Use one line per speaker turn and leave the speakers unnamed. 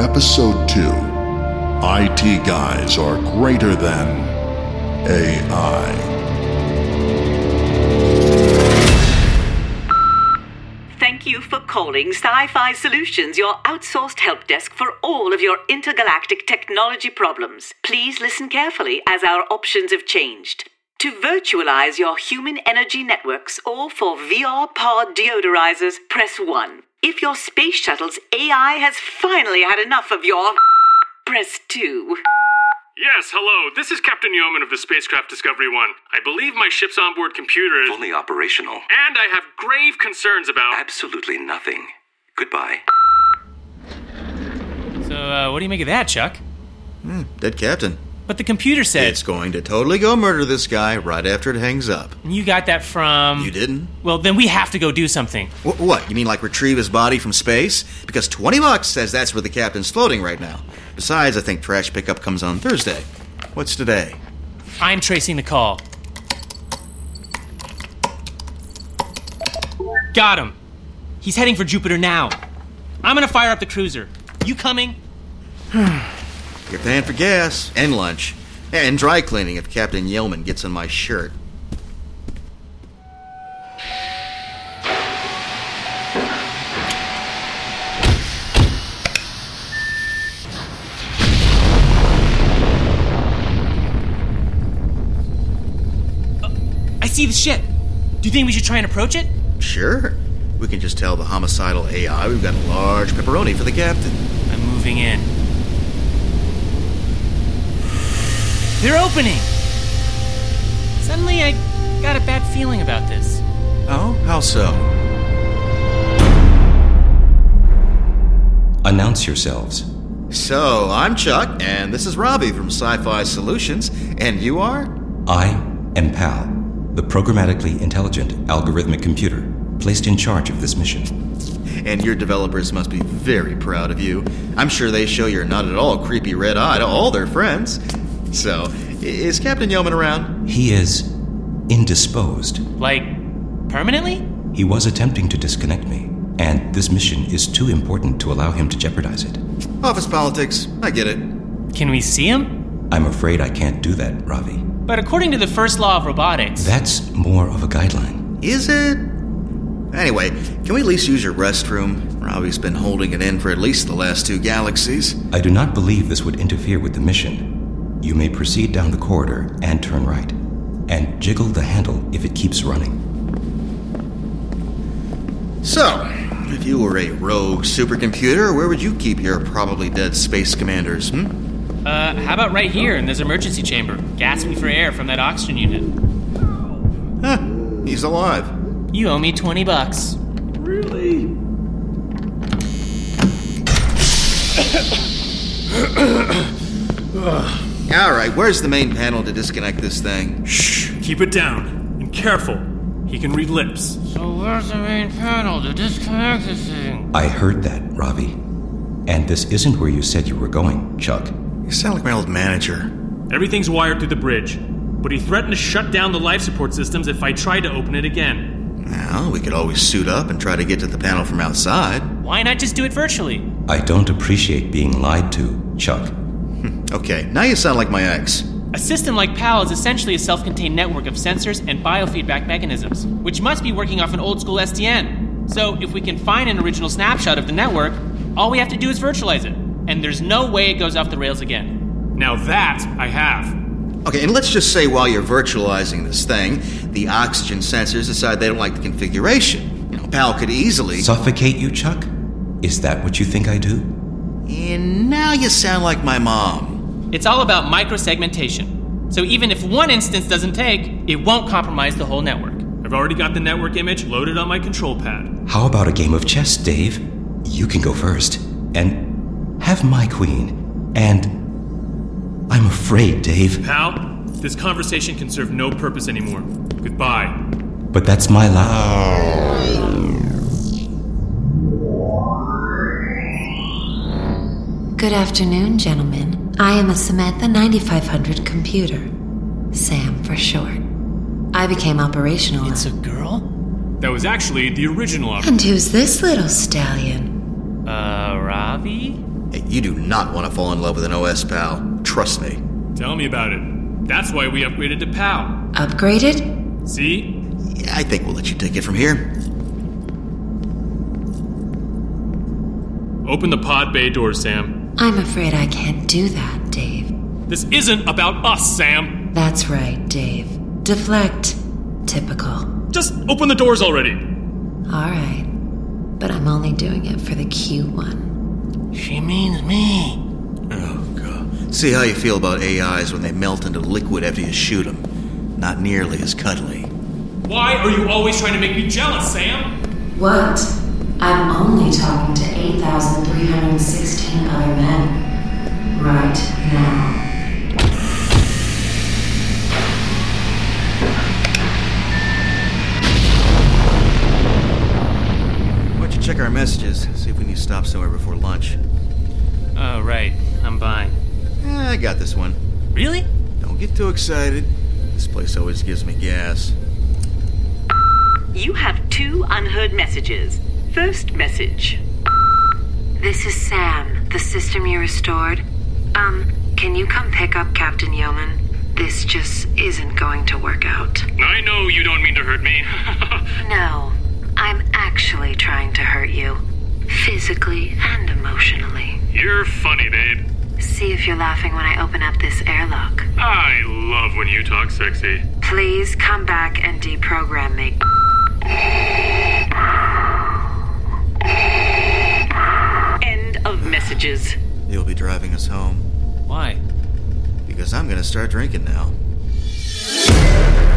Episode 2 IT Guys Are Greater Than AI.
Thank you for calling Sci Fi Solutions, your outsourced help desk for all of your intergalactic technology problems. Please listen carefully as our options have changed. To virtualize your human energy networks or for VR pod deodorizers, press 1. If your space shuttle's AI has finally had enough of your. press 2.
Yes, hello. This is Captain Yeoman of the spacecraft Discovery 1. I believe my ship's onboard computer is.
Fully operational.
And I have grave concerns about.
Absolutely nothing. Goodbye.
So, uh, what do you make of that, Chuck?
Dead captain.
But the computer said
It's going to totally go murder this guy right after it hangs up.
and you got that from.
You didn't?
Well, then we have to go do something.
Wh- what? You mean like retrieve his body from space? Because 20 bucks says that's where the captain's floating right now. Besides, I think trash pickup comes on Thursday. What's today?
I'm tracing the call. Got him. He's heading for Jupiter now. I'm gonna fire up the cruiser. You coming?
You're paying for gas and lunch and dry cleaning if Captain Yeoman gets in my shirt.
I see the ship. Do you think we should try and approach it?
Sure. We can just tell the homicidal AI we've got a large pepperoni for the captain.
I'm moving in. They're opening! Suddenly, I got a bad feeling about this.
Oh, how so?
Announce yourselves.
So, I'm Chuck, and this is Robbie from Sci Fi Solutions, and you are?
I am PAL, the programmatically intelligent algorithmic computer placed in charge of this mission.
And your developers must be very proud of you. I'm sure they show your not at all creepy red eye to all their friends. So, i- is Captain Yeoman around?
He is indisposed.
Like, permanently?
He was attempting to disconnect me, and this mission is too important to allow him to jeopardize it.
Office politics, I get it.
Can we see him?
I'm afraid I can't do that, Ravi.
But according to the first law of robotics,
That's more of a guideline.
Is it? Anyway, can we at least use your restroom? Robbie's been holding it in for at least the last two galaxies.
I do not believe this would interfere with the mission. You may proceed down the corridor and turn right, and jiggle the handle if it keeps running.
So, if you were a rogue supercomputer, where would you keep your probably dead space commanders, hmm?
uh, how about right here in this emergency chamber? Gas me for air from that oxygen unit.
Huh, he's alive.
You owe me 20 bucks.
Alright, where's the main panel to disconnect this thing?
Keep it down and careful. He can read lips.
So where's the main panel to disconnect this thing?
I heard that, Ravi. And this isn't where you said you were going, Chuck.
You sound like my old manager.
Everything's wired through the bridge, but he threatened to shut down the life support systems if I tried to open it again.
Well, we could always suit up and try to get to the panel from outside.
Why not just do it virtually?
I don't appreciate being lied to, Chuck.
Okay, now you sound like my ex.
A system like PAL is essentially a self contained network of sensors and biofeedback mechanisms, which must be working off an old school SDN. So, if we can find an original snapshot of the network, all we have to do is virtualize it, and there's no way it goes off the rails again.
Now that I have.
Okay, and let's just say while you're virtualizing this thing, the oxygen sensors decide they don't like the configuration. You know, Pal could easily.
Suffocate you, Chuck? Is that what you think I do?
and now you sound like my mom.
It's all about microsegmentation. So, even if one instance doesn't take, it won't compromise the whole network.
I've already got the network image loaded on my control pad.
How about a game of chess, Dave? You can go first. And have my queen. And. I'm afraid, Dave.
Pal, this conversation can serve no purpose anymore. Goodbye.
But that's my la.
Good afternoon, gentlemen. I am a Samantha 9500 computer, SAM for short. I became operational.
It's a girl?
That was actually the original option.
and who's this little stallion?
Uh, Ravi?
Hey, you do not want to fall in love with an OS pal. Trust me.
Tell me about it. That's why we upgraded to PAL.
Upgraded?
See?
Yeah, I think we'll let you take it from here.
Open the pod bay door, Sam.
I'm afraid I can't do that, Dave.
This isn't about us, Sam.
That's right, Dave. Deflect. Typical.
Just open the doors already.
All right. But I'm only doing it for the Q1.
She means me.
Oh, God. See how you feel about AIs when they melt into liquid after you shoot them. Not nearly as cuddly.
Why are you always trying to make me jealous, Sam?
What? I'm only talking to 8,316 other men. Right now.
Why don't you check our messages, see if we need to stop somewhere before lunch.
Oh, right. I'm buying.
Eh, I got this one.
Really?
Don't get too excited. This place always gives me gas.
You have two unheard messages. First message.
This is Sam, the system you restored. Um, can you come pick up Captain Yeoman? This just isn't going to work out.
I know you don't mean to hurt me.
No, I'm actually trying to hurt you, physically and emotionally.
You're funny, babe.
See if you're laughing when I open up this airlock.
I love when you talk sexy.
Please come back and deprogram me.
End of messages.
You'll be driving us home
Why?
because I'm gonna start drinking now.